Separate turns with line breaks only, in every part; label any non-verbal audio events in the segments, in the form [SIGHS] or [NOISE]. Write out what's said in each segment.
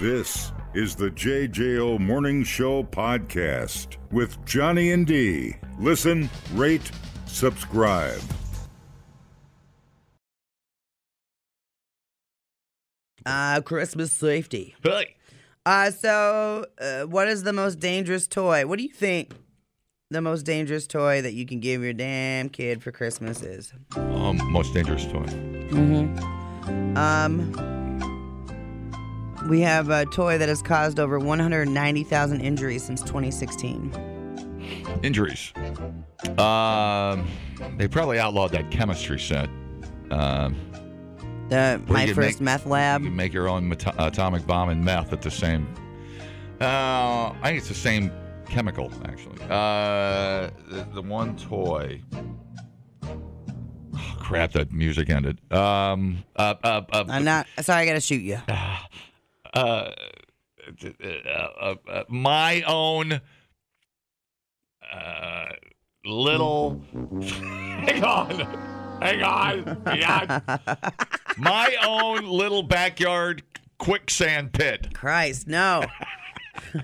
This is the JJO Morning Show podcast with Johnny and D. Listen, rate, subscribe.
Uh, Christmas safety.
Hey.
Uh, so, uh, what is the most dangerous toy? What do you think the most dangerous toy that you can give your damn kid for Christmas is?
Um, most dangerous toy.
Um, we have a toy that has caused over 190,000 injuries since 2016.
Injuries. Um, they probably outlawed that chemistry set. Um,
The,
Well,
my
you could
first
make-
meth
you
lab.
can make your own meto- atomic bomb and meth at the same. Uh, I think it's the same chemical, actually. Uh, the, the one toy. Oh, crap! That music ended. Um, uh, uh, uh,
I'm not sorry. I gotta shoot
[LAUGHS]
you.
uh, uh, my own uh, little. [LAUGHS] Hang on. Hang on. Hang on. my own little backyard quicksand pit. [LAUGHS]
Christ, no, [LAUGHS]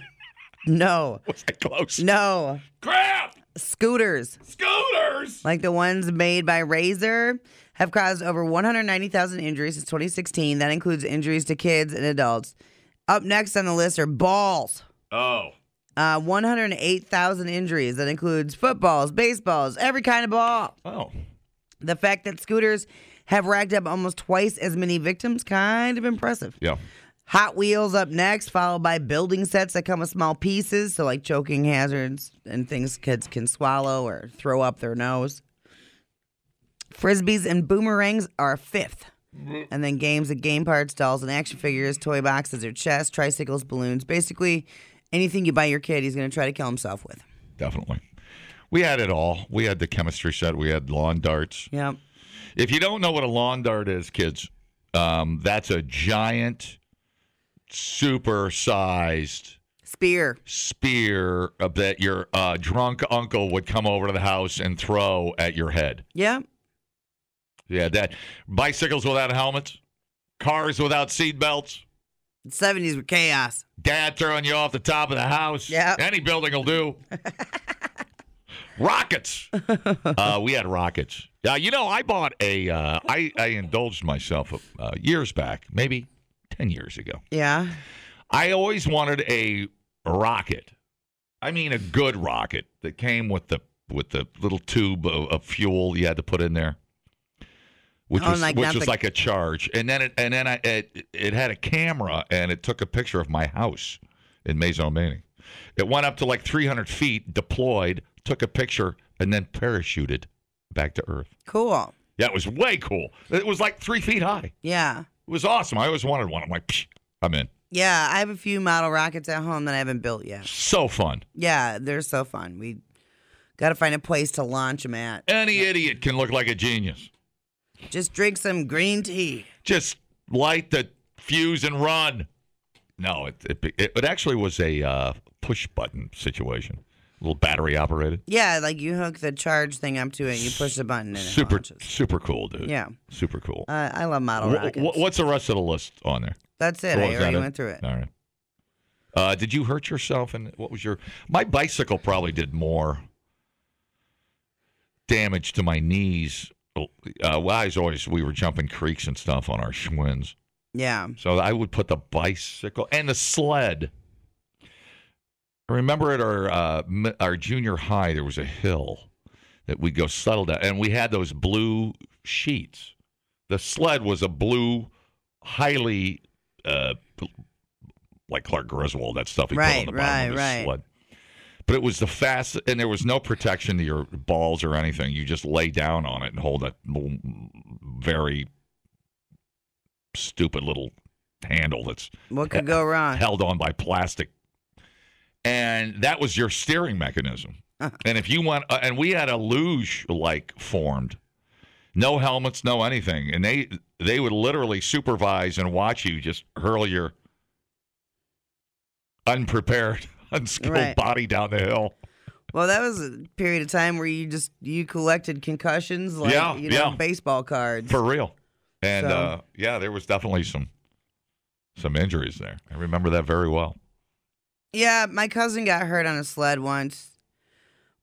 no,
Was that close?
no.
Crap!
Scooters.
Scooters!
like the ones made by Razor, have caused over 190,000 injuries since 2016. That includes injuries to kids and adults. Up next on the list are balls.
Oh.
Uh, 108,000 injuries. That includes footballs, baseballs, every kind of ball.
Oh.
The fact that scooters have racked up almost twice as many victims, kind of impressive.
Yeah.
Hot Wheels up next, followed by building sets that come with small pieces, so like choking hazards and things kids can swallow or throw up their nose. Frisbees and boomerangs are fifth. And then games of game parts, dolls and action figures, toy boxes or chess, tricycles, balloons. Basically, anything you buy your kid, he's going to try to kill himself with.
Definitely. We had it all. We had the chemistry set. We had lawn darts.
Yep.
If you don't know what a lawn dart is, kids, um, that's a giant, super sized
Spear.
spear of- that your uh, drunk uncle would come over to the house and throw at your head.
Yep.
Yeah, that bicycles without helmets, cars without seat belts,
The 70s were chaos.
dad throwing you off the top of the house.
Yeah.
any building will do. rockets. Uh, we had rockets. Uh, you know, I bought a. Uh, I I indulged myself uh, years back, maybe ten years ago.
Yeah.
I always wanted a rocket. I mean, a good rocket that came with the with the little tube of, of fuel you had to put in there, which
Oh,
was
like
which
not
was
the-
like a charge. And then it and then I it, it had a camera and it took a picture of my house in Maisonmania. It went up to like 300 feet, deployed, took a picture, and then parachuted back to Earth.
Cool.
That was way cool. It was like three feet high.
Yeah.
It was awesome. I always wanted one. I'm like, "Psh, I'm in.
Yeah. I have a few model rockets at home that I haven't built yet.
So fun.
Yeah, they're so fun. We got to find a place to launch them at.
Any idiot can look like a genius.
Just drink some green tea.
Just light the fuse and run. No, it it, it, it actually was a uh, push button situation, a little battery operated.
Yeah, like you hook the charge thing up to it, you push the button, and it
Super
launches.
super cool, dude.
Yeah.
super cool.
Uh, I love model
Wh-
rockets.
wh- what's the rest of the list on there?
That's it.
Or
I
was that
already went through it.
All right. Uh, did you hurt yourself? And what was your? My bicycle probably did more damage to my knees. Uh, well, I was always we were jumping creeks and stuff on our Schwinn's.
Yeah.
So I would put the bicycle and the sled. I remember at our uh, mi- our junior high, there was a hill that we'd go settle down, and we had those blue sheets. The sled was a blue, highly uh, like Clark Griswold, that stuff he
Right,
put on the bottom of
right,
his
right.
sled. But it was the fast, and there was no protection to your balls or anything. You just lay down on it and hold that l- very stupid little handle that's
What could go wrong?
held on by plastic. And that was your steering
[LAUGHS]
mechanism. and if you went, uh, and we had a luge like formed, no helmets, no anything, and they they would literally supervise and watch you just hurl your unprepared, [LAUGHS] unskilled
Right.
body down the hill.
Well, that was a period of time where you just you collected concussions like
Yeah,
you know
yeah.
baseball cards.
For real. And
So-
uh, yeah, there was definitely some some injuries there. I remember that very well.
Yeah, my cousin got hurt on a sled once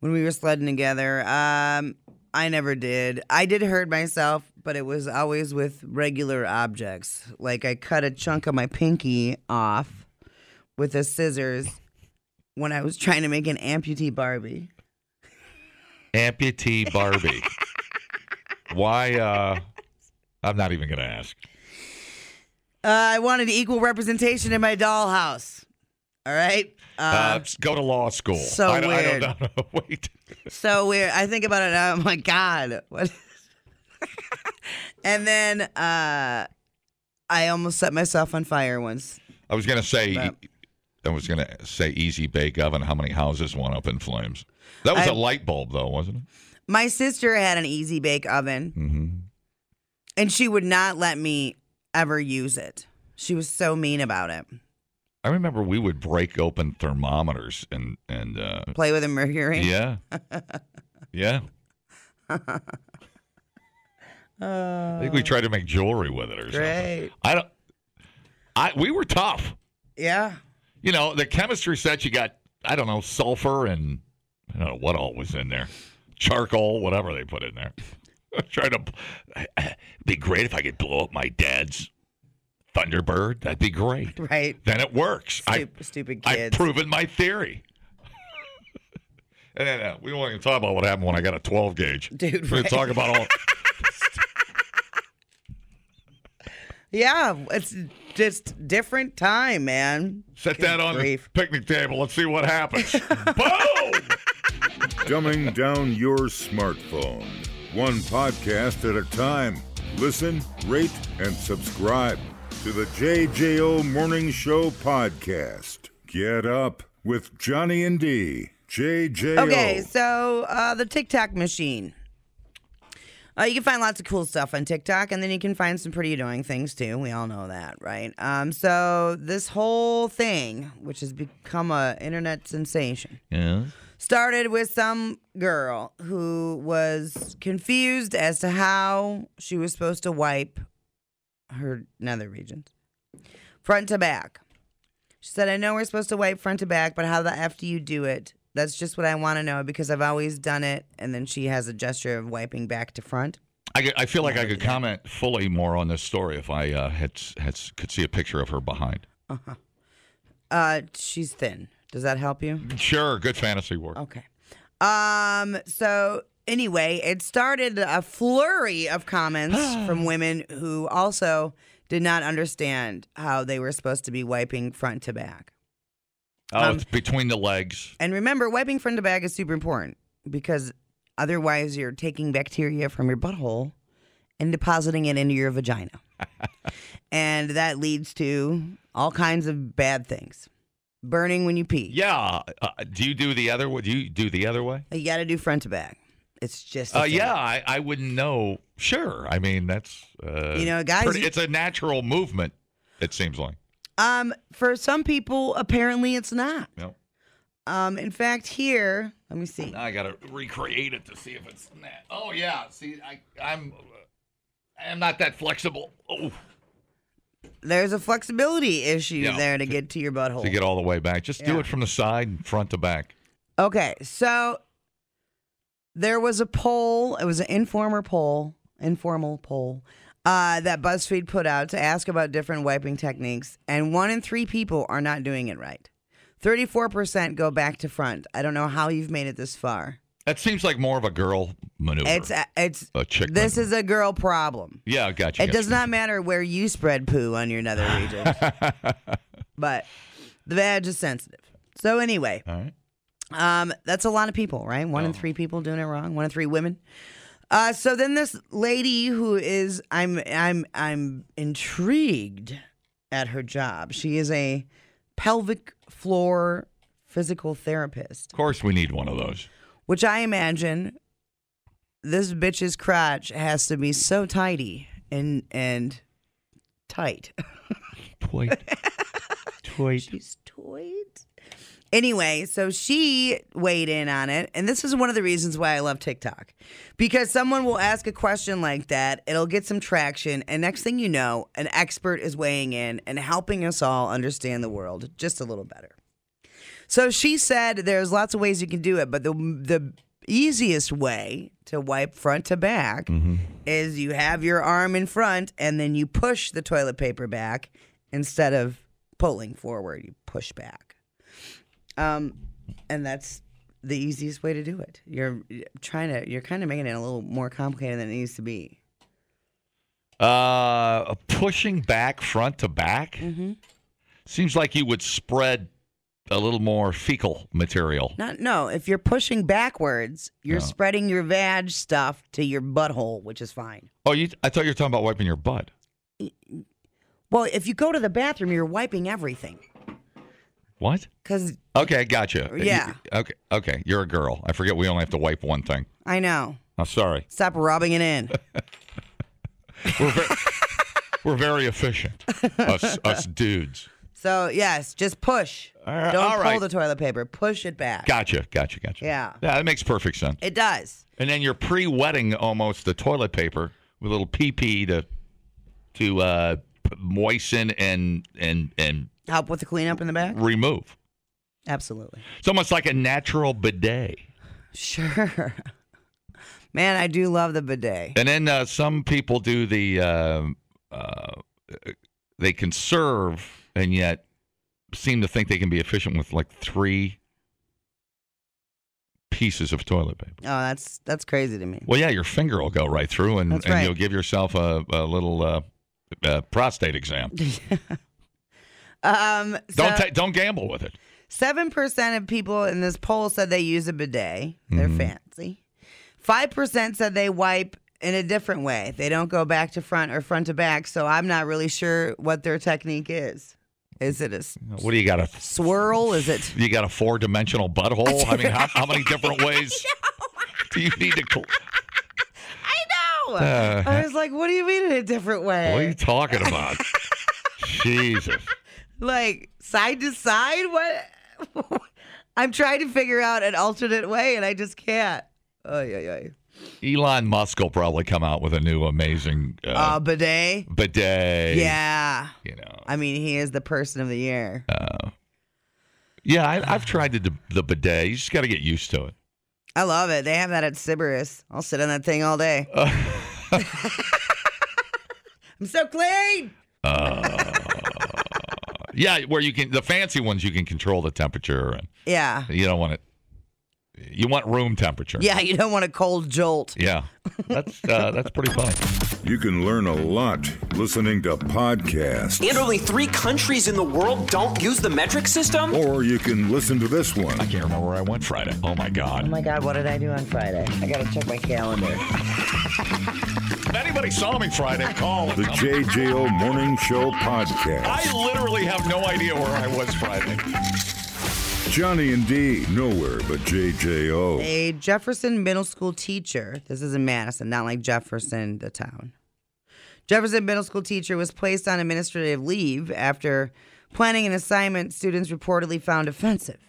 when we were sledding together. Um, I never did. I did hurt myself, but it was always with regular objects. Like I cut a chunk of my pinky off with a scissors when I was trying to make an amputee Barbie.
Amputee Barbie. Why? Uh, I'm not even going to ask.
Uh, I wanted equal representation in my dollhouse. All right.
Uh,
Uh,
go to law school.
so
I, don't- I don't
weird.
know. [LAUGHS] Wait.
so weird. I think about it now. I'm like, God, what? [LAUGHS] and then uh, I almost set myself on fire once.
I was going to say.
But-
I was going to say easy bake oven. How many houses went up in flames? That was
I-
a light bulb, though, wasn't it?
My sister had an easy bake oven,
Mm-hmm.
and she would not let me ever use it. She was so mean about it.
I remember we would break open thermometers and and uh,
Play with a mercury. [LAUGHS]
yeah, yeah. I think we tried to make jewelry with it or something.
Great.
I don't. I we were tough.
Yeah.
You know, the chemistry said you got I don't know sulfur and I don't know what all was in there, charcoal, whatever they put in there. [LAUGHS] Trying to it'd be great if I could blow up my dad's Thunderbird. That'd be great.
Right.
Then it works. I
Stupid, stupid
I've
kids.
proven my theory. [LAUGHS] and then uh, we won't even talk about what happened when I got a 12 gauge.
[LAUGHS] Dude,
we're gonna
right.
talk
[LAUGHS]
about all.
yeah. It's just different time, man.
Set
Good
that on
grief.
the picnic table. Let's see
[LAUGHS]
what happens. Boom!
Dumbing down your smartphone. One podcast at a time. Listen, rate, and subscribe to the JJO Morning Show podcast. Get up with Johnny and D. JJO.
Okay, so uh, the TikTok machine. Uh, you can find lots of cool stuff on TikTok, and then you can find some pretty annoying things too. We all know that, right? Um, so this whole thing, which has become a internet sensation,
Yeah.
started with some girl who was confused as to how she was supposed to wipe her nether regions front to back. She said, I know we're supposed to wipe front to back, but how the F do you do it? That's just what I want to know because I've always done it. And then she has a gesture of wiping back to front.
I, could- I feel like I could comment fully more on this story if I uh, had, had could see a picture of her behind.
Uh, she's thin. Does that help you?
Sure, good fantasy work.
Okay. Um. So anyway, it started a flurry of
[SIGHS]
comments from women who also did not understand how they were supposed to be wiping front to back.
oh,
um,
it's between the legs.
And remember, wiping front to back is super important because otherwise you're taking bacteria from your butthole and depositing it into your
[LAUGHS]
vagina. and that leads to all kinds of bad things. Burning when you pee.
Yeah. Uh, do you do the other way? Do you do the other way?
You got to do front to back. It's just a
Uh,
thing.
yeah, I, I wouldn't know. Sure, I mean that's uh,
You know, guys-
pretty- it's a natural movement. It seems like.
Um, for some people, apparently it's not.
Yep.
Um, in fact, here, let me see.
Now I gotta recreate it to see if it's. Nat- oh yeah, see, I, I'm, uh, I'm not that flexible. Oh,
There's a flexibility issue
Yeah.
there to get to your butthole.
to get all the way back, just do
Yeah.
it from the side, and front to back.
okay, so there was a poll. It was an informer poll, informal poll uh, that BuzzFeed put out to ask about different wiping techniques, and one in three people are not doing it right. Thirty-four percent go back to front. I don't know how you've made it this far.
That seems like more of a girl maneuver.
It's it's
a chick.
this
maneuver.
is a girl problem.
Yeah, gotcha.
It does not matter where you spread poo on your nether
[LAUGHS]
regions, but the badge is sensitive. So anyway,
All right. Oh.
um, that's a lot of people, right? One in three people doing it wrong. One in three women. Uh, so then this lady who is I'm I'm I'm intrigued at her job. She is a pelvic floor physical therapist,
Of course, we need one of those.
which I imagine this bitch's crotch has to be so tidy and and tight. [LAUGHS]
Tweet. Tweet.
She's toyed. Anyway, so she weighed in on it. And this is one of the reasons why I love TikTok because someone will ask a question like that, it'll get some traction. And next thing you know, an expert is weighing in and helping us all understand the world just a little better. So she said there's lots of ways you can do it, but the, the easiest way to wipe front to back is you have your arm in front and then you push the toilet paper back instead of pulling forward, you push back. Um, and that's the easiest way to do it. You're trying to, you're kind of making it a little more complicated than it needs to be.
[LAUGHS] Uh, pushing back front to back
Mm-hmm.
seems like you would spread a little more fecal material.
Not, no, if you're pushing backwards, you're spreading your vag stuff to your butthole, which is fine.
Oh, you, I thought you were talking about wiping your butt.
Well, if you go to the bathroom, you're wiping everything.
What?
Cause
Okay, gotcha. You-
Yeah.
okay, okay. You're a girl. I forget we only have to wipe one thing.
I know,
I'm sorry.
stop rubbing it in.
We're very, we're very efficient,
[LAUGHS]
us, us dudes.
so yes, just push.
All right-
Don't
all
pull
right.
the toilet paper. Push it back.
Gotcha, gotcha, gotcha.
Yeah.
Yeah, that makes perfect sense.
It does.
And then you're pre-wetting almost the toilet paper with a little pee pee to to uh, p- moisten and and and
Help with the cleanup in the back.
remove.
Absolutely.
It's almost like a natural bidet.
Sure. [LAUGHS] Man, I do love the bidet.
And then uh, some people do the uh, uh, they conserve and yet seem to think they can be efficient with like three pieces of toilet paper.
Oh, that's that's crazy to me.
Well, yeah, your finger will go right through, and,
That's
and
right.
you'll give yourself a, a little uh, uh, prostate exam.
Um, so
Don't ta- don't gamble with it.
seven percent of people in this poll said they use a bidet. They're
Mm-hmm.
fancy. Five percent said they wipe in a different way. They don't go back to front or front to back. So I'm not really sure what their technique is. Is it a s-
What do you got a
swirl? Is it?
you got a four dimensional butthole? I mean, how, how many different ways
[LAUGHS]
do you need to? Cl-
I know.
Uh,
I was like, what do you mean in a different way?
what are you talking about? Jesus.
like side to side what [LAUGHS] i'm trying to figure out an alternate way and i just can't oh yeah yeah
Elon Musk will probably come out with a new amazing uh,
uh, bidet
bidet.
yeah
You know.
i mean he is the person of the year
Uh. Yeah, I, I've tried the, the bidet. You just got to get used to it.
i love it they have that at sybaris i'll sit on that thing all
[LAUGHS]
day i'm so clean
Yeah, where you can the fancy ones you can control the temperature, and
yeah
you don't want it. You want room temperature.
yeah you don't want a cold jolt
Yeah. That's uh, that's pretty funny.
You can learn a lot listening to podcasts,
And only three countries in the world don't use the metric system?
or you can listen to this one.
I can't remember where I went Friday. Oh my
oh
God!
my god what did i do on friday i gotta check my calendar
If anybody saw me Friday, call.
The JJO Morning Show podcast.
I literally have no idea where I was Friday.
Johnny and D, nowhere but JJO.
A Jefferson middle school teacher, this is in Madison, not like Jefferson, the town. Jefferson middle school teacher was placed on administrative leave after planning an assignment students reportedly found offensive.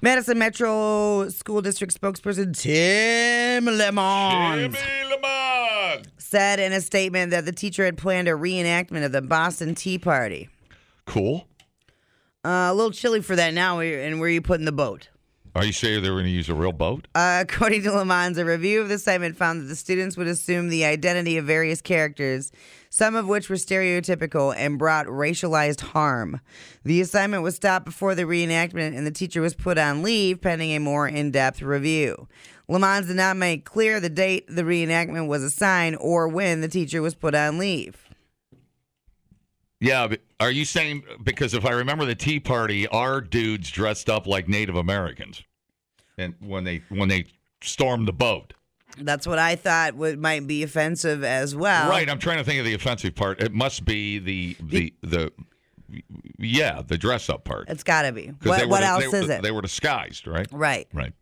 Madison Metro School District spokesperson Tim Lemons said in a statement that the teacher had planned a reenactment of the Boston Tea Party.
Cool.
Uh, a little chilly for that now, and where you put in the boat?
Are you saying they're going to use a real boat?
Uh, [LAUGHS] according to Lamans, a review of the assignment found that the students would assume the identity of various characters, some of which were stereotypical and brought racialized harm. The assignment was stopped before the reenactment, and the teacher was put on leave pending a more in depth review. Lamans did not make clear the date the reenactment was assigned or when the teacher was put on leave.
Yeah. But are you saying because if I remember the Tea Party, our dudes dressed up like Native Americans, and when they when they stormed the boat.
That's what I thought would, might be offensive as well.
Right. I'm trying to think of the offensive part. It must be the the the, yeah the dress up part.
It's got to be.
'Cause they
What,
were
what
di-
else
they,
is it?
They were disguised, right?
right.
Right.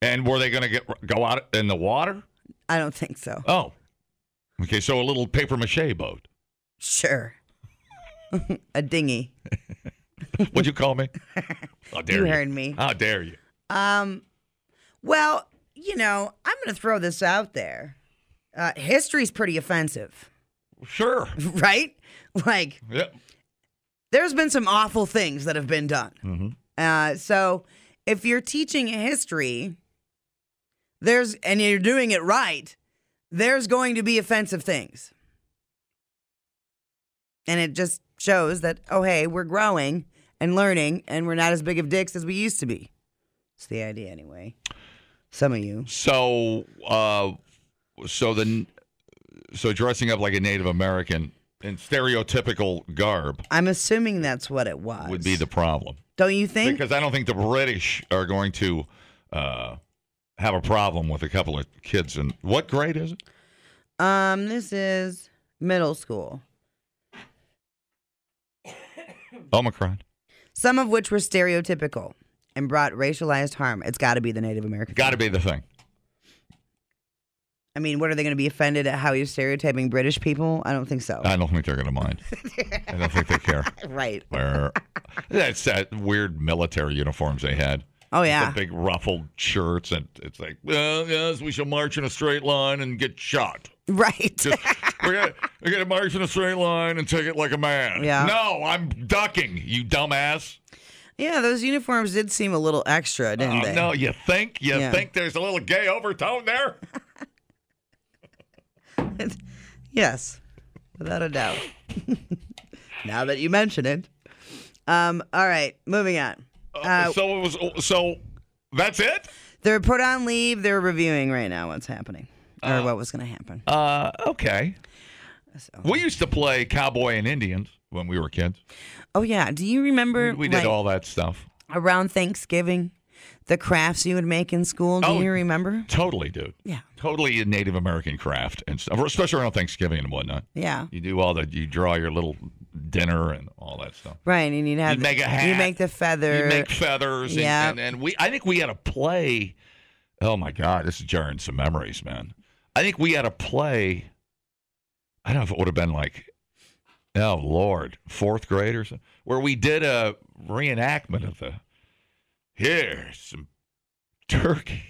And were they going to get go out in the water?
I don't think so.
Oh,
[LAUGHS]
okay. So a little paper mache boat.
Sure. a dinghy.
What'd you [LAUGHS] call me? How dare you?
You heard me.
How dare you?
Um, well, you know, I'm going to throw this out there. Uh, history's pretty offensive, [LAUGHS]
Sure.
right? Like,
Yeah.
there's been some awful things that have been done.
Mhm.
Uh, so, if you're teaching history, there's and you're doing it right, there's going to be offensive things, and it just shows that oh hey, we're growing and learning, and we're not as big of dicks as we used to be. It's the idea, anyway. Some of you,
So, uh, so the so dressing up like a Native American in stereotypical garb
I'm assuming that's what it was.
would be the problem
don't you think?
because I don't think the British are going to uh, have a problem with a couple of kids. And what grade is it?
Um, this is middle school.
Omicron.
some of which were stereotypical and brought racialized harm. It's got to be the Native American.
Got to be the thing.
I mean, what are they going to be offended at how you're stereotyping British people? I don't think so.
I don't think they're going to mind. I don't think
[LAUGHS]
they care.
right.
Where that's that weird military uniforms they had.
Oh
The
yeah.
big ruffled shirts, and it's like, well, yes, we shall march in a straight line and get shot.
[LAUGHS] Right.
Just, we're gonna we're gonna march in a straight line and take it like a man.
Yeah.
No, I'm ducking, you dumbass.
yeah, those uniforms did seem a little extra, didn't
Oh,
they?
no, you think you
Yeah.
think there's a little gay overtone there?
Yes, without a doubt. [LAUGHS] now that you mention it. Um. All right. Moving on. Uh,
so it was. So that's it.
they're put on leave. They're reviewing right now what's happening or what was going to happen.
Uh, okay.
So-
We used to play cowboy and Indians when we were kids.
oh yeah. Do you remember?
We did
like,
all that stuff.
around Thanksgiving, the crafts you would make in school. Do
Oh.
you remember?
Totally, dude.
Yeah.
Totally a Native American craft and stuff, especially around Thanksgiving and whatnot.
Yeah.
You do all the, you draw your little dinner and all that stuff.
Right. And you'd have
You'd make a
You
hat.
make the feather.
You make [LAUGHS] feathers. and-
Yeah.
And, and, we, I think we had a play. Oh my God, this is jarring some memories, man. I think we had a play. I don't know if it would have been like, oh Lord, fourth grade or something, where we did a reenactment of the. Here's some turkey.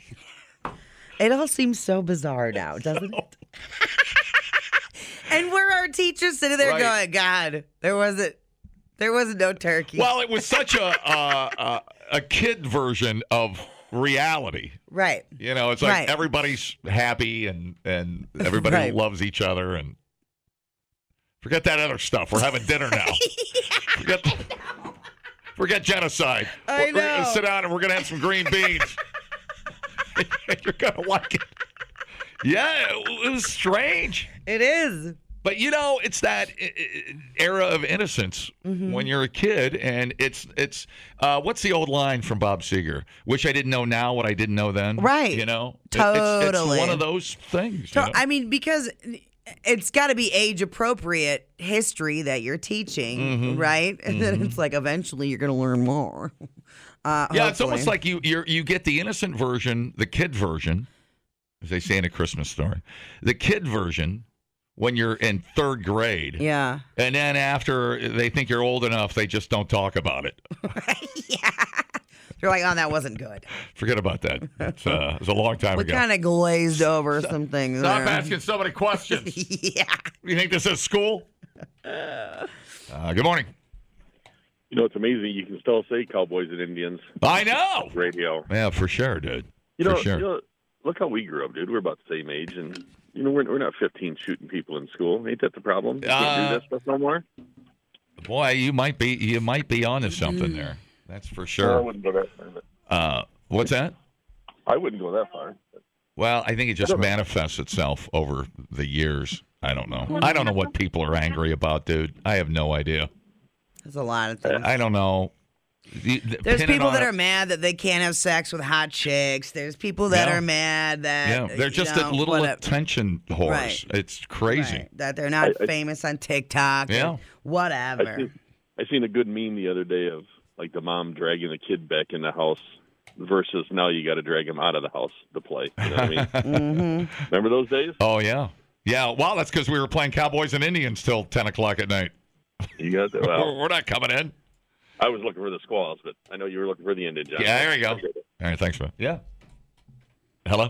[LAUGHS] it all seems so bizarre now, doesn't it? and we're our teachers sitting there going,
Right.
God, there wasn't, there wasn't no turkey.
Well, it was such a uh, uh, a kid version of reality.
right.
You know, it's like
Right.
everybody's happy and
[LAUGHS]
and everybody
Right.
loves each other and forget that other stuff. We're having dinner
[LAUGHS]
now. forget, [LAUGHS] forget genocide.
I
We're- we're gonna
know.
sit down and we're gonna have some green
[LAUGHS]
beans. [LAUGHS] You're gonna like it. Yeah, it was strange.
It is.
But you know, it's that i- i- era of innocence
Mm-hmm.
when you're a kid, and it's it's uh, what's the old line from Bob Seger? Wish I didn't know now what I didn't know then.
Right.
You know, It- it's- It's,
Totally.
one of those things.
So,
you know?
I mean, because it's got to be age appropriate history that you're teaching,
Mm-hmm.
right? [LAUGHS] And then it's like eventually you're going to learn more. [LAUGHS] Uh,
yeah, it's
hopefully.
almost like you you you get the innocent version, the kid version, as they say in a Christmas story, the kid version when you're in third grade.
Yeah.
And then after they think you're old enough, they just don't talk about it.
yeah. You're like, oh, that wasn't good.
Forget about that. It's, uh, it's a long time
We
ago.
kind of glazed over some things.
Stop
there.
asking so many questions.
[LAUGHS] Yeah.
You think this is school? Uh, good morning.
You know, it's amazing. You can still say Cowboys and Indians
I know.
radio.
Yeah, for sure, dude.
You know,
for sure.
you know, look how we grew up, dude. We're about the same age, and you know, we're, we're not 15 shooting people in school. Ain't that the problem? You can't
Uh,
do that stuff no more.
Boy, you might be you might be onto something there. That's for
No, I
sure.
wouldn't go that far.
Uh, what's that?
I wouldn't go that far.
Well, I think it just manifests itself over the years. I don't know. I don't know what people are angry about, dude. I have no idea.
There's a lot of things.
I don't know. You-
There's
pin it
people
on
that
a-
are mad that they can't have sex with hot chicks. There's people that
Yeah.
are mad that
yeah, they're
you
just
know,
a little
whatever-
attention whores.
Right.
It's crazy.
right, that they're not
I- I-
famous on TikTok. and
Yeah.
I
Whatever.
seen, I seen a good meme the other day of like the mom dragging the kid back in the house versus now you got to drag him out of the house to play. You know what I
[LAUGHS]
mean? Remember those days?
Oh yeah, yeah. Well, that's because we were playing Cowboys and Indians till ten o'clock at night.
You got that.
[LAUGHS] We're,
Well,
we're not coming in.
I was looking for the squalls, but I know you were looking for the Indian John.
Yeah, there you go. All right, thanks, man. Yeah. Hello.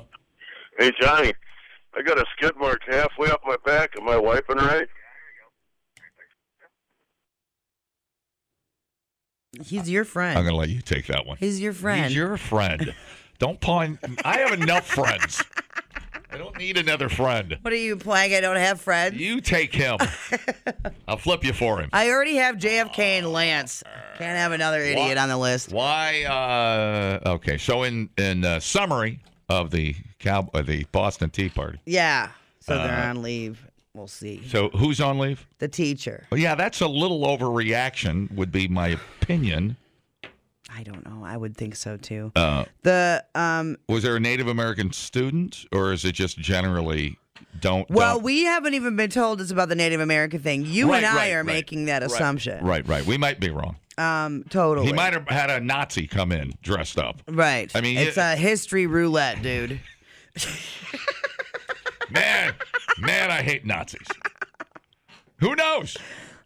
Hey Johnny, I got a skid mark halfway up my back. Am I wiping right?
He's your friend.
I'm going to let you take that one.
He's your friend.
He's your friend. don't pawn. I have enough friends. I don't need another friend.
what are you playing? I don't have friends.
You
[LAUGHS]
take him. I'll flip you for him.
I already have JFK and Lance. Can't have another idiot on the list.
Why? Uh, okay. So in in uh, summary of the cow uh, the Boston Tea Party.
Yeah. So they're on leave. We'll see.
Uh, So who's on leave?
The teacher.
Well, yeah, that's a little overreaction. Would be my opinion.
I don't know. I would think so too.
Uh,
the um
Was there a Native American student, or is it just generally don't?
well,
don't-
we haven't even been told it's about the Native American thing. You
Right,
and I
right,
are
right,
making that assumption.
right, right. We might be wrong.
Um totally.
He might have had a Nazi come in dressed up.
Right.
I mean,
it's
yeah.
a history roulette,
[LAUGHS]
dude.
Man, man, I hate Nazis. Who knows?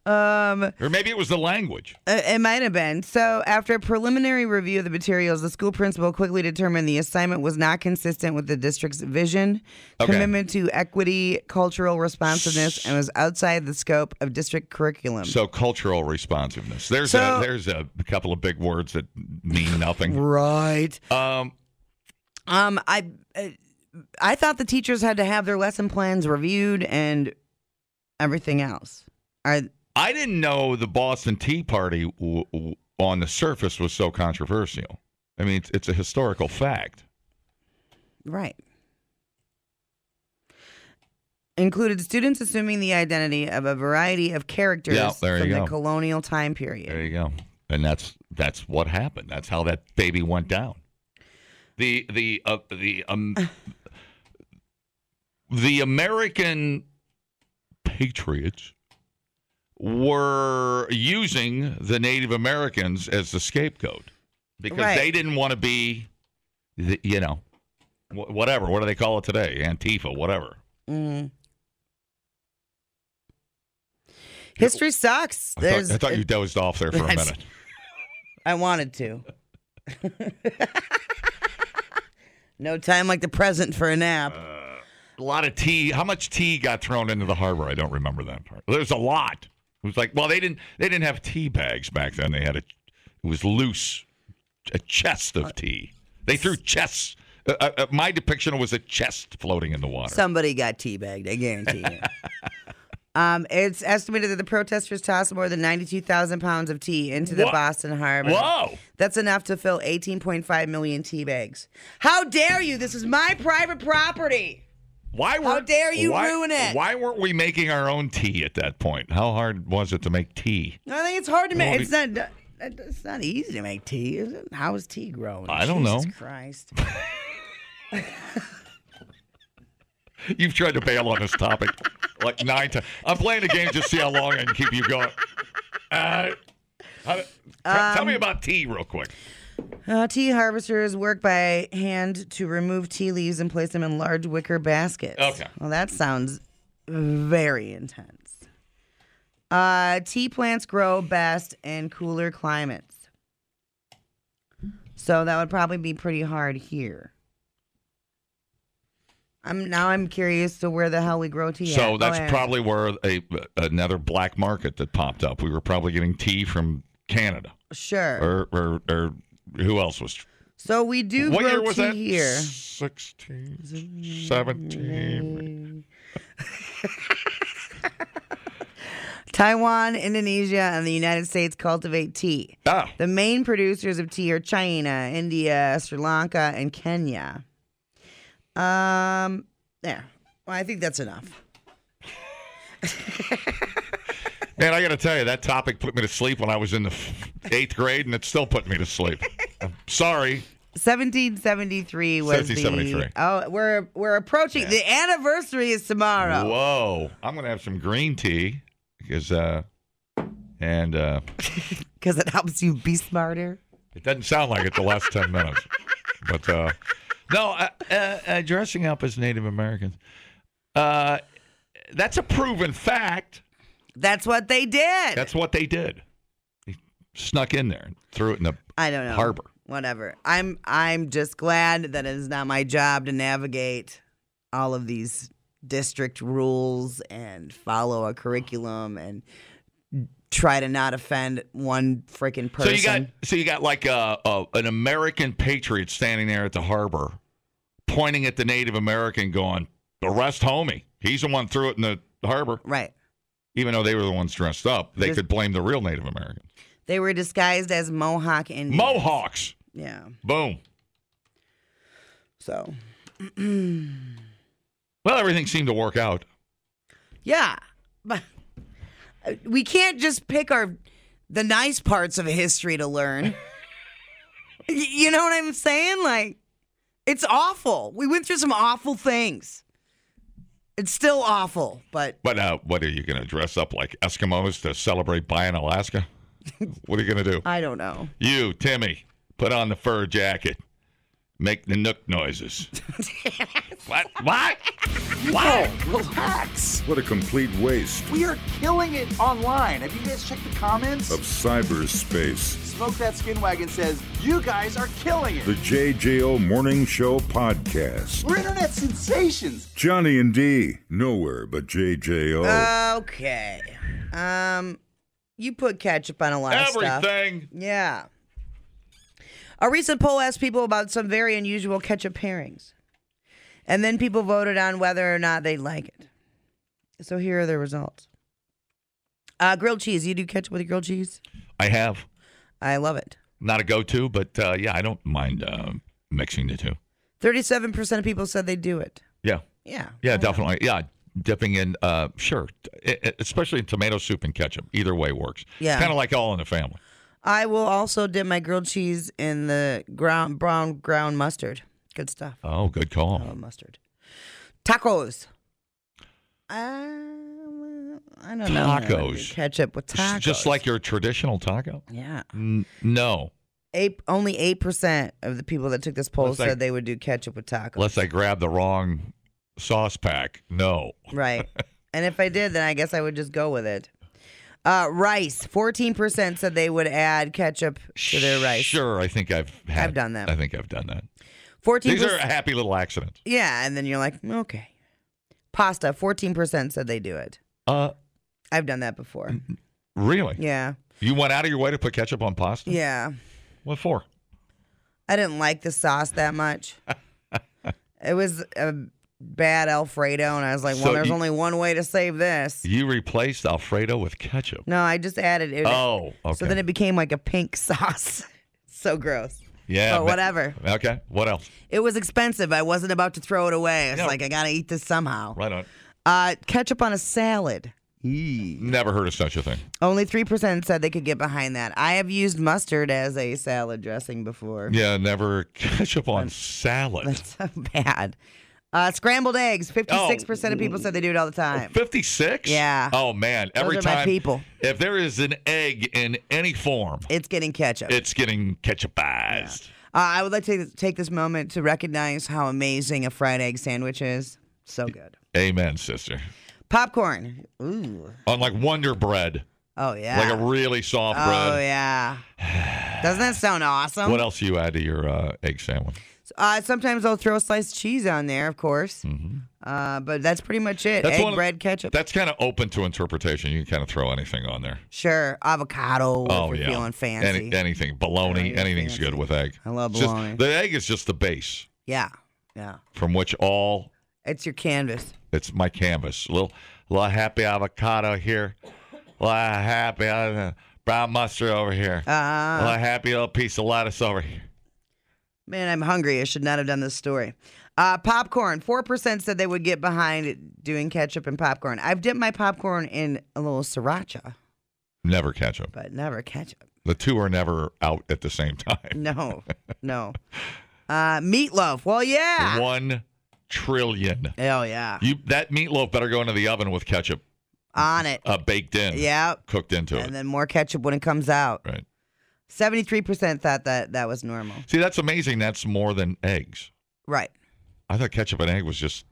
Um, or maybe it was the language.
Uh, It might have been. So, after a preliminary review of the materials, the school principal quickly determined the assignment was not consistent with the district's vision,
Okay.
commitment to equity, cultural responsiveness, and was outside the scope of district curriculum.
So cultural responsiveness. There's
So-
a, there's a couple of big words that mean nothing.
right.
Um,
Um, I, uh, I thought the teachers had to have their lesson plans reviewed and everything else. Are
I didn't know the Boston Tea Party w- w- on the surface was so controversial. I mean, it's, it's a historical fact.
Right. Included students assuming the identity of a variety of characters
Yeah, there you
from the
go.
colonial time period.
There you go. And that's that's what happened. That's how that baby went down. The the uh, the um [LAUGHS] the American patriots were using the Native Americans as the scapegoat because
Right.
they didn't want to be, the, you know, wh- whatever. What do they call it today? Antifa, whatever.
Mhm. History sucks.
I
There's,
thought, I thought you dozed off there for a
That's-
minute.
[LAUGHS] I wanted to. [LAUGHS] no time like the present for a nap.
a lot of tea. How much tea got thrown into the harbor? I don't remember that part. There's a lot. It was like, well, they didn't they didn't have tea bags back then. They had a it was loose, a chest
Uh,
of tea. They threw chests. Uh, uh, uh, my depiction was a chest floating in the water.
Somebody got teabagged, I guarantee
[LAUGHS]
you. um, it's estimated that the protesters tossed more than 92,000 pounds of tea into the
Wha-
Boston Harbor.
Whoa!
That's enough to fill 18.5 million tea bags. How dare you? This is my private property.
Why were,
dare you ruin it?
Why weren't we making our own tea at that point? How hard was it to make tea?
I think it's hard to make.
Well,
It's not. It's not easy to make tea, is it? How is tea grown?
I don't
Jesus
know.
Christ.
You've tried to bail on this topic like nine times. I'm playing a game just to see how long I can keep you going. Uh, how- t- tell
Um,
me about tea real quick.
Uh, tea harvesters work by hand to remove tea leaves and place them in large wicker baskets.
Okay.
Well, that sounds very intense. Uh, tea plants grow best in cooler climates. So that would probably be pretty hard here. I'm now I'm curious to where the hell we grow tea. at.
So
Go
that's
ahead.
probably where a another black market that popped up. We were probably getting tea from Canada
sure.
or or, or who else was?
so we do
what
grow
year was
tea
that?
here.
16, 17.
Taiwan, Indonesia, and the United States cultivate tea.
Ah,
The main producers of tea are China, India, Sri Lanka, and Kenya. Um, there. Well, I think that's enough.
man, I got to tell you, that topic put me to sleep when I was in the f- eighth grade, and it still put me to sleep. I'm sorry.
1773 was the
1773.
oh we're we're approaching the anniversary is tomorrow.
Whoa. I'm going to have some green tea because, uh, and uh,
because it helps you be smarter.
it doesn't sound like it the last 10 minutes. But, uh, no, uh, uh, uh, dressing up as Native Americans, uh, that's a proven fact.
That's what they did.
That's what they did. They snuck in there and threw it in the
I don't know.
harbor.
Whatever. I'm I'm just glad that it is not my job to navigate all of these district rules and follow a curriculum and try to not offend one freaking person.
So you got so you got like a, a an American patriot standing there at the harbor, pointing at the Native American, going, "Arrest homie. He's the one threw it in the harbor."
right.
Even though they were the ones dressed up, they
Just-
could blame the real Native Americans.
They were disguised as Mohawk Indians.
Mohawks.
Yeah.
Boom.
So
Well, everything seemed to work out.
yeah, but uh, we can't just pick our the nice parts of history to learn. Y- you know what I'm saying? Like, it's awful. We went through some awful things. It's still awful, but
But uh, what are you going to dress up like Eskimos to celebrate buying Alaska? what are you going to do?
I don't know.
You, Timmy, put on the fur jacket. Make the nook noises. what? What? What?
Relax.
What a complete waste
We are killing it online. Have you guys checked the comments?
of cyberspace.
Smoke That Skin Wagon says, You guys are killing
The
it.
JJO Morning Show Podcast.
We're internet sensations.
Johnny and D, nowhere but JJO.
Okay. Um, you put ketchup on a lot of stuff.
Everything.
Yeah. A recent poll asked people about some very unusual ketchup pairings. And then people voted on whether or not they like it. So here are the results. Uh, grilled cheese. You do ketchup with grilled cheese?
I have
I love it.
not a go-to, but uh, yeah, I don't mind uh, mixing the two.
37% of people said they do it.
Yeah,
Yeah.
yeah, definitely. Yeah, dipping in, uh, sure, E- e- especially in tomato soup and ketchup. Either way works.
Yeah.
kind of like all in the family.
I will also dip my grilled cheese in the ground, brown ground mustard. Good stuff.
Oh, good call.
Oh, mustard. Tacos. Uh, I don't know. how to do
Tacos.
Ketchup with tacos.
S- Just like your traditional taco.
Yeah.
N- no,
Eight, only eight percent of the people that took this poll
Looks
said
like-
they would do ketchup with tacos.
unless I grab the wrong sauce pack. No. [LAUGHS]
Right. and if I did, then I guess I would just go with it. Uh, rice. Fourteen percent said they would add ketchup to their rice.
Sure, I think I've had,
I've done that.
I think I've done that.
Fourteen.
These are happy little accidents.
yeah, and then you're like, okay. Pasta. Fourteen percent said they do it.
Uh,
I've done that before.
Mm-hmm. really?
Yeah.
You went out of your way to put ketchup on pasta?
Yeah.
What for?
I didn't like the sauce that
[LAUGHS]
much. it was a bad Alfredo, and I was like, well,
So
there's
you-
only one way to save this.
You replaced Alfredo with ketchup.
No, I just added it.
Oh, okay.
So then it became like a pink [LAUGHS] sauce. so gross.
yeah,
but
ma-
whatever.
Okay, what else?
It was expensive. I wasn't about to throw it away. It's
Yeah.
like I gotta eat this somehow.
Right on.
Uh, ketchup on a salad.
Never heard of such a thing.
Only three percent said they could get behind that. I have used mustard as a salad dressing before. [LAUGHS]
Yeah, never ketchup on salad.
That's so bad. Uh, scrambled
Oh,
eggs. Fifty-six percent of people said they do it all the time.
Fifty-six.
Yeah.
Oh man,
Those
every
are my
time
people.
if there is an egg in any form,
It's getting ketchup.
it's getting ketchupized.
Uh, I would like to take this moment to recognize how amazing a fried egg sandwich is. So good.
Amen, sister.
Popcorn. Ooh.
On like Wonder Bread,
Oh yeah.
like a really soft
Oh
bread.
yeah.
[SIGHS]
Doesn't that sound awesome?
What else do you add to your uh, egg sandwich?
Uh, sometimes I'll throw sliced cheese on there, of course. Uh, but that's pretty much it.
Mm-hmm. That's one
Egg,
of-
bread, ketchup.
That's kind of open to interpretation. You can kind of throw anything on there.
sure. Avocado.
Oh
if you're
yeah,
feeling fancy.
Any, anything, bologna,
Feeling
anything's
fancy.
good with egg.
I love
It's just-
bologna.
the egg is just the base
yeah. Yeah.
from which all
It's your canvas.
it's my canvas. A little, little happy avocado here, a little happy uh, brown mustard over here,
Uh,
a little happy little piece of lettuce over here.
man, I'm hungry. I should not have done this story. Uh, popcorn. 4% said they would get behind doing ketchup and popcorn. I've dipped my popcorn in a little sriracha,
Never ketchup.
but never ketchup.
The two are never out at the same time. [LAUGHS]
No, no. Uh, meatloaf. Well, [LAUGHS] yeah.
One trillion.
Oh, yeah.
You that meatloaf better go into the oven with ketchup
On it.
uh, baked in.
Yep.
cooked into it.
and then more ketchup when it comes out.
right.
Seventy-three percent thought that that was normal.
See, that's amazing. That's more than eggs.
Right.
I thought ketchup and egg was just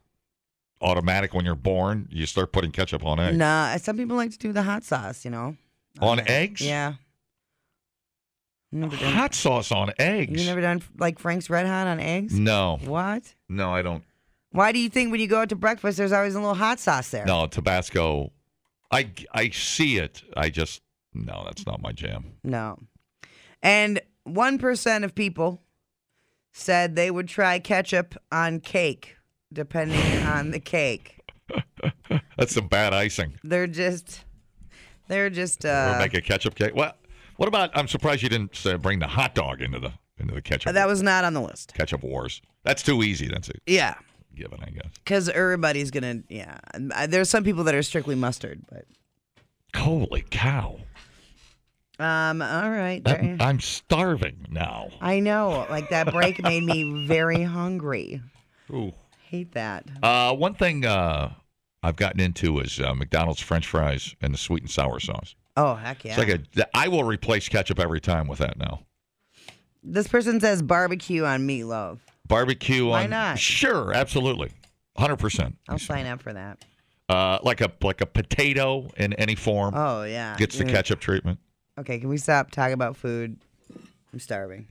automatic when you're born. You start putting ketchup on egg.
Nah. Some people like to do the hot sauce. You know.
On eggs?
Yeah. Never done.
Hot sauce on eggs.
You never done like Frank's Red Hot on eggs?
no,
What?
no, I don't.
Why do you think when you go out to breakfast, there's always a little hot sauce there?
No, Tabasco. I I see it. I just no, that's not my jam.
No. And 1% of people said they would try ketchup on cake, depending on the cake.
That's some bad icing.
They're just, they're just,
or
uh,
make a ketchup cake. What? What about? I'm surprised you didn't uh, bring the hot dog into the into the ketchup.
Uh, that was not on the list.
ketchup wars. That's too easy. That's a
Yeah.
given, I guess.
Because everybody's going to, yeah. I- There's some people that are strictly mustard, but,
Holy cow!
um, all right.
That- [LAUGHS]
there-
I'm starving now.
I know. Like that break made me very hungry.
Ooh.
Hate that.
Uh, one thing uh, I've gotten into is uh, McDonald's French fries and the sweet and sour sauce.
Oh, heck yeah.
It's like a. th- I will replace ketchup every time with that now.
this person says barbecue on meatloaf.
Barbecue
Why
on.
not?
Sure, absolutely, hundred percent.
I'll sign up for that.
Uh, like a like a potato in any form
Oh, yeah.
gets the
Mm.
ketchup treatment.
Okay, can we stop talking about food? I'm starving.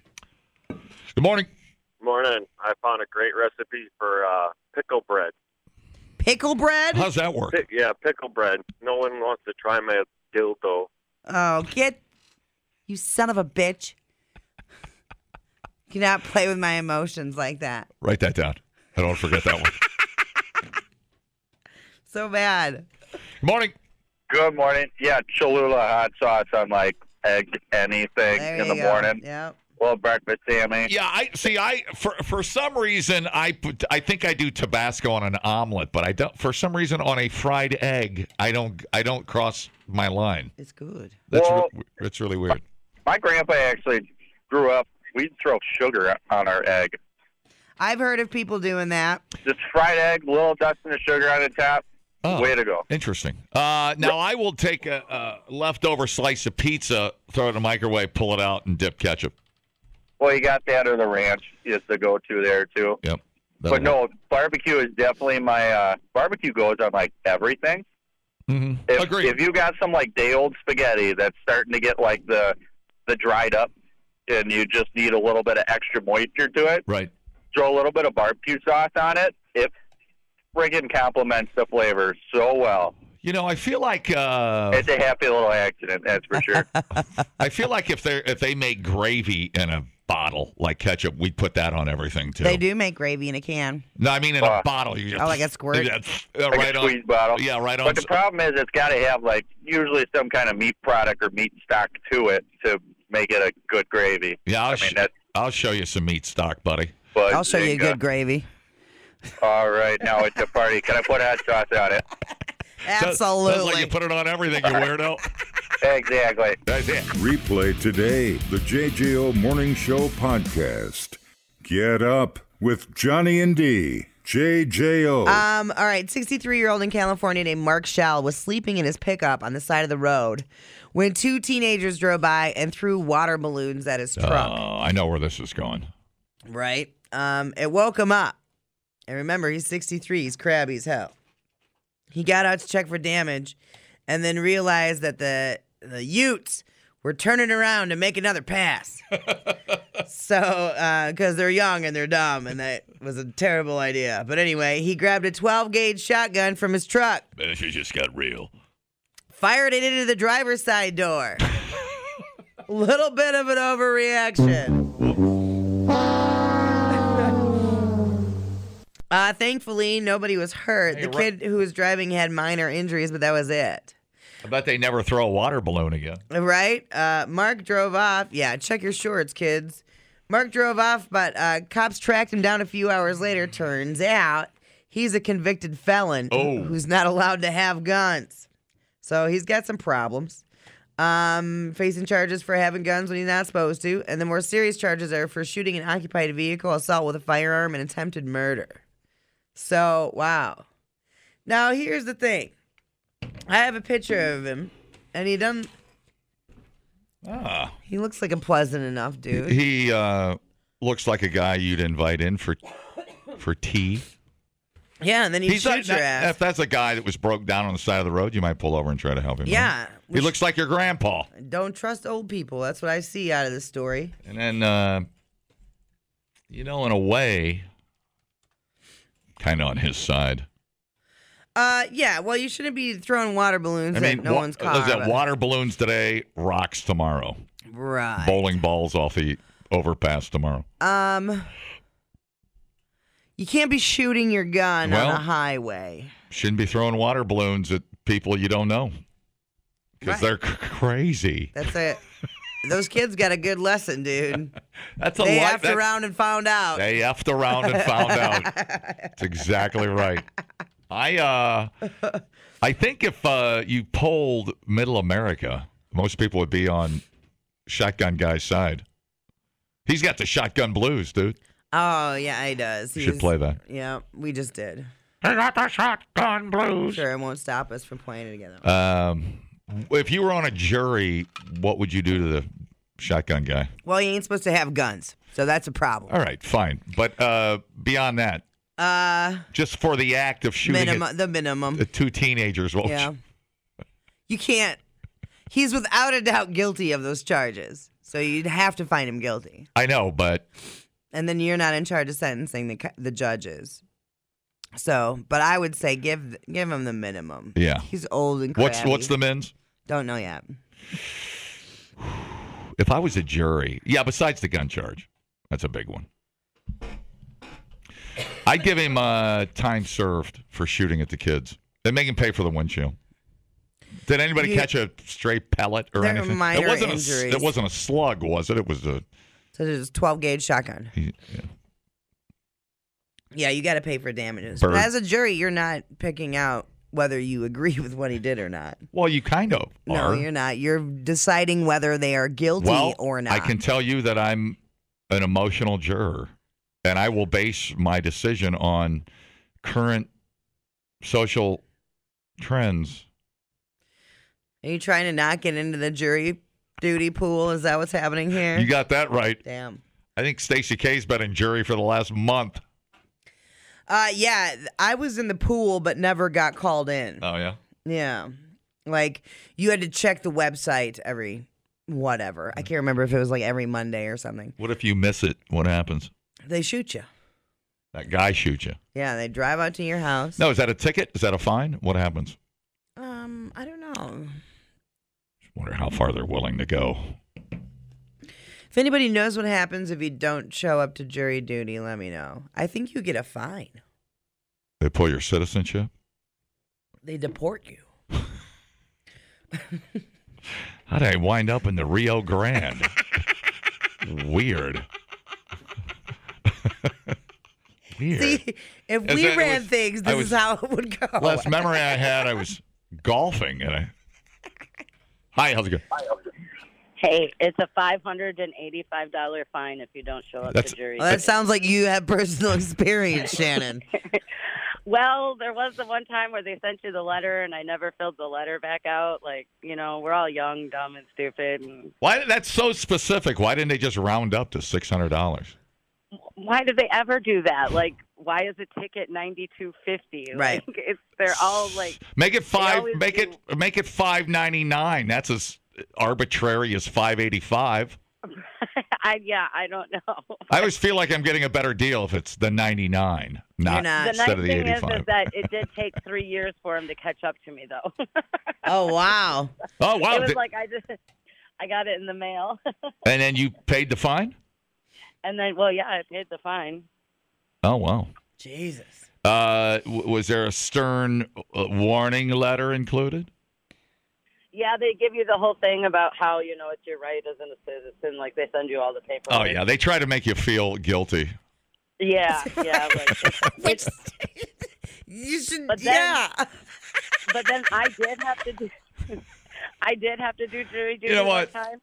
Good morning.
Morning. I found a great recipe for uh, pickle bread.
Pickle bread?
How's that work?
Pick, yeah, pickle bread. No one wants to try my dildo.
Oh, get you son of a bitch. [LAUGHS] You Cannot play with my emotions like that.
Write that down. I don't
[LAUGHS]
forget that one.
So bad.
Good morning.
Good morning. Yeah, Cholula hot sauce on like egg anything
There
in
you
the
go.
morning.
Yep.
Well, breakfast, Sammy.
Yeah, I see. I for for some reason I put, I think I do Tabasco on an omelet, but I don't. For some reason, on a fried egg, I don't. I don't cross my line.
It's good.
That's re-
Well-
that's really weird.
My grandpa actually grew up. We'd throw sugar on our egg.
I've heard of people doing that.
Just fried egg, little dusting of sugar on the top.
Oh.
Way to go.
Interesting. Uh, now I will take a, a leftover slice of pizza, throw it in the microwave, pull it out, and dip ketchup.
Well, you got that or the ranch is the go-to there too.
Yep.
but no, barbecue is definitely my uh, barbecue goes on like everything.
hmm
If,
Agreed.
if you got some like day old spaghetti that's starting to get like the the dried up, and you just need a little bit of extra moisture to it,
right.
throw a little bit of barbecue sauce on it. It friggin' complements the flavor so well.
You know, I feel like uh,
It's a happy little accident, that's for
[LAUGHS]
sure.
I feel like if they if they make gravy in a bottle like ketchup, we put that on everything too.
They do make gravy in a can.
No, I mean in a
Uh,
bottle. You just,
Oh, like a squirt?
Yeah, yeah,
Like
right
a
on.
squeeze bottle.
Yeah, right on.
But the problem is, it's got to have like usually some kind of meat product or meat stock to it to make it a good gravy.
yeah, I'll,
I
sh-
mean, that's
I'll show you some meat stock, buddy.
but
I'll show you a good gravy.
All right, now it's a party. Can I put hot sauce on it?
Sounds- Sounds
Absolutely.
like you put it on everything, you weirdo. [LAUGHS]
Exactly.
That's it.
Replay today the JJO Morning Show podcast. Get up with Johnny and D. JJO.
Um, all right, 63 year old in California named Mark Shell was sleeping in his pickup on the side of the road when two teenagers drove by and threw water balloons at his truck.
Uh, I know where this is going.
Right? Um, it woke him up. And remember, he's 63, he's crabby as hell. He got out to check for damage and then realized that the the Utes were turning around to make another pass. so, because they're young and they're dumb, and that was a terrible idea. But anyway, he grabbed a 12 gauge shotgun from his truck,
This just got real.
fired it into the driver's side door. [LAUGHS] Little bit of an overreaction. [LAUGHS] uh, thankfully, nobody was hurt.
Hey,
the
Ro-
kid who was driving had minor injuries, but that was it.
I bet they never throw a water balloon again.
Right? Uh, Mark drove off. Yeah, check your shorts, kids. Mark drove off, but uh, cops tracked him down a few hours later. Turns out he's a convicted felon
Oh.
who's not allowed to have guns. So he's got some problems. Um, facing charges for having guns when he's not supposed to, and the more serious charges are for shooting an occupied vehicle, assault with a firearm, and attempted murder. So, wow. Now, here's the thing I have a picture of him, and he doesn't.
Ah,
He looks like a pleasant enough dude.
he uh, looks like a guy you'd invite in for for tea.
Yeah, and then he shoots
not-
your
that-
ass.
If that's a guy that was broke down on the side of the road, you might pull over and try to help him. out.
yeah,
He looks like your grandpa.
Don't trust old people. That's what I see out of this story.
And then, uh, you know, in a way, kind of on his side.
Uh, yeah. Well, you shouldn't be throwing water balloons at no
wa-
one's car.
was it
but-
water balloons today, rocks tomorrow,
Right.
bowling balls off the overpass tomorrow.
Um, you can't be shooting your gun
Well-
on a highway.
Shouldn't be throwing water balloons at people you don't know because
Right.
they're c- crazy.
That's it. Those kids got a good lesson,
[LAUGHS]
dude.
That's a
They
lot.
effed around and found out.
They effed around and found out. That's exactly right. I uh, I think if uh, you polled Middle America, most people would be on Shotgun Guy's side. He's got the shotgun blues, dude.
oh yeah, he does.
You should play that.
Yeah, we just did.
He got the shotgun blues.
Sure, it won't stop us from playing it again.
Um, if you were on a jury, what would you do to the Shotgun Guy?
well, you ain't supposed to have guns, so that's a problem.
All right, fine. But uh, beyond that,
Uh,
just for the act of shooting at-
minimum, the minimum.
at, uh, two teenagers, what would
Yeah.
you-
You can't. He's without a doubt guilty of those charges. So you'd have to find him guilty.
[LAUGHS] I know, but
And then you're not in charge of sentencing the, cu- the judges. So, but I would say give give him the minimum.
Yeah.
He's old and crabby.
what's what's the men's?
Don't know yet.
If I was a jury, yeah, besides the gun charge, that's a big one. I'd give him uh, time served for shooting at the kids and make him pay for the windshield. Did anybody
You-
catch a stray pellet or
There were
anything?
minor
it wasn't a s-
injuries.
it wasn't a slug, was it? It was a
So there's 12 gauge shotgun.
he-
Yeah, you got to pay for damages.
Bird.
But as a jury, you're not picking out whether you agree [LAUGHS] with what he did or not.
well, you kind of
No,
are.
you're not. You're deciding whether they are guilty
well,
or not.
I can tell you that I'm an emotional juror, and I will base my decision on current social trends.
Are you trying to not get into the jury duty pool? Is that what's happening here?
You got that right.
Damn.
I think Stacey K's been in jury for the last month.
Uh, yeah, th- I was in the pool but never got called in.
Oh yeah.
Yeah, like you had to check the website every whatever. I can't remember if it was like every Monday or something.
What if you miss it? What happens?
They shoot you.
That guy shoots you.
Yeah, they drive out to your house.
No, is that a ticket? Is that a fine? What happens?
Um, I don't know.
Just wonder how far they're willing to go.
If anybody knows what happens if you don't show up to jury duty, let me know. I think you get a fine.
They pull your citizenship.
They deport you.
How did I wind up in the Rio Grande? Weird. [LAUGHS] Weird.
See, if
Is
we
that- it
ran
was-
things,
I
this
was-
is how it would go.
Last memory I had, I was golfing and I. Hi, how's it going?
Hey, it's a five hundred and eighty-five dollar fine if you don't show up
That's-
to jury.
Well, that sounds like you have personal [LAUGHS] experience, Shannon.
well, there was the one time where they sent you the letter, and I never filled the letter back out. Like, you know, we're all young, dumb, and stupid. And
Why that's so specific? Why didn't they just round up to six hundred dollars?
why did they ever do that? Like, why is a ticket ninety-two fifty? [LAUGHS]
Right.
Like, it's they're all like, [LAUGHS]
Make it five.
always
Make
do-
it make it five ninety nine. That's as arbitrary as five eighty five.
I yeah, I don't know.
I always feel like I'm getting a better deal if it's the ninety nine, not,
not.
The
instead
nice
of the
thing
eighty
is, is
five.
that it did take three years for him to catch up to me, though. [LAUGHS]
Oh wow!
Oh wow!
it was
Did-
like I just I got it in the mail, [LAUGHS]
and then you paid the fine.
and then well, yeah, I paid the fine.
Oh wow!
Jesus.
Uh, w- was there a stern uh, warning letter included?
Yeah, they give you the whole thing about how you know it's your right as an citizen. Like they send you all the paperwork.
Oh yeah, they try to make you feel guilty.
yeah, yeah. Like,
Which you should,
But then-
yeah.
but then I did have to do. [LAUGHS] I did have to do jury duty
know
one
what?
time.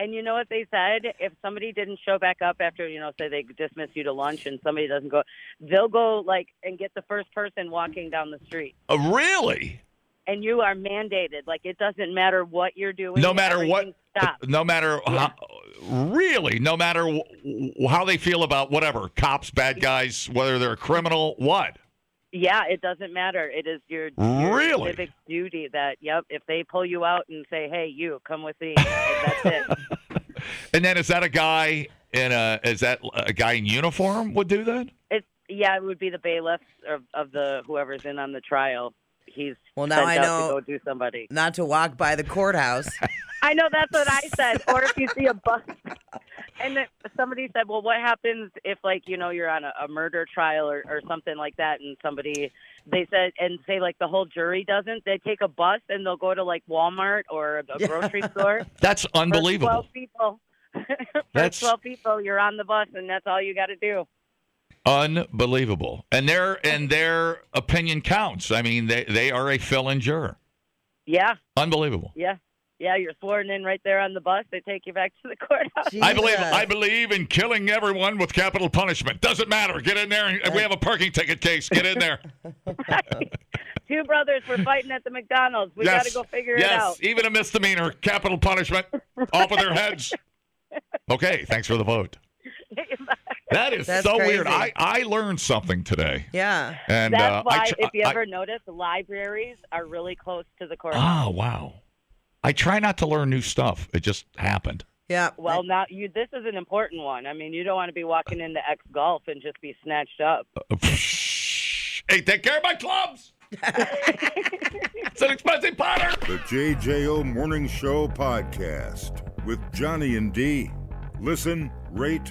And you know what they said? If somebody didn't show back up after, you know, say they dismiss you to lunch and somebody doesn't go, they'll go like and get the first person walking down the street.
Uh, really?
And you are mandated. Like it doesn't matter what you're doing.
No matter what.
everything Stops.
No matter
Yeah.
how. Really, no matter w- w- how they feel about whatever cops, bad guys, whether they're a criminal, what?
Yeah, it doesn't matter. It is your, your
Really?
civic duty that, yep, if they pull you out and say, hey, you, come with me, that's it.
And then is that a guy in a is that a guy in uniform would do that?
It's, yeah, it would be the bailiff of, of the whoever's in on the trial. He's
Well, now
sent
I
out
know-
to go do somebody.
Not to walk by the
[LAUGHS]
courthouse.
I know that's what I
[LAUGHS]
said. Or if you see a bus, [LAUGHS] and then somebody said, "Well, what happens if, like, you know, you're on a, a murder trial or, or something like that?" And somebody they said and say like the whole jury doesn't. They take a bus and they'll go to like Walmart
[LAUGHS]
or a grocery store.
That's
First
unbelievable.
Twelve people. [LAUGHS] First
That's-
twelve people. You're on the bus, and that's all you got to do.
Unbelievable. And their and their opinion counts. I mean, they they are a fill-in juror.
Yeah,
Unbelievable.
yeah, yeah. You're sworn in right there on the bus. They take you back to
[LAUGHS]
the courthouse.
I believe
Jesus.
I believe in killing everyone with capital punishment. Doesn't matter. Get in there. and We have a parking ticket case. Get in there.
Two brothers were fighting at the McDonald's. [LAUGHS] We got
yes.
to go figure
yes.
it out.
Even a misdemeanor, capital punishment. Off of their
[LAUGHS]
heads. Okay. Thanks for the vote. That is
That's
so
crazy.
weird. I I learned something today.
yeah.
And
That's
uh, I
why,
tr-
if you
I-
ever notice, libraries are really close to the courthouse.
Ah, wow. I try not to learn new stuff. It just happened. [LAUGHS]
Yeah.
well, now you. This is an important one. I mean, you don't want to be walking into X Golf and just be snatched up.
hey, take care of my clubs. [LAUGHS] it's an expensive potter.
The JJO Morning Show podcast with Johnny and D. Listen, rate,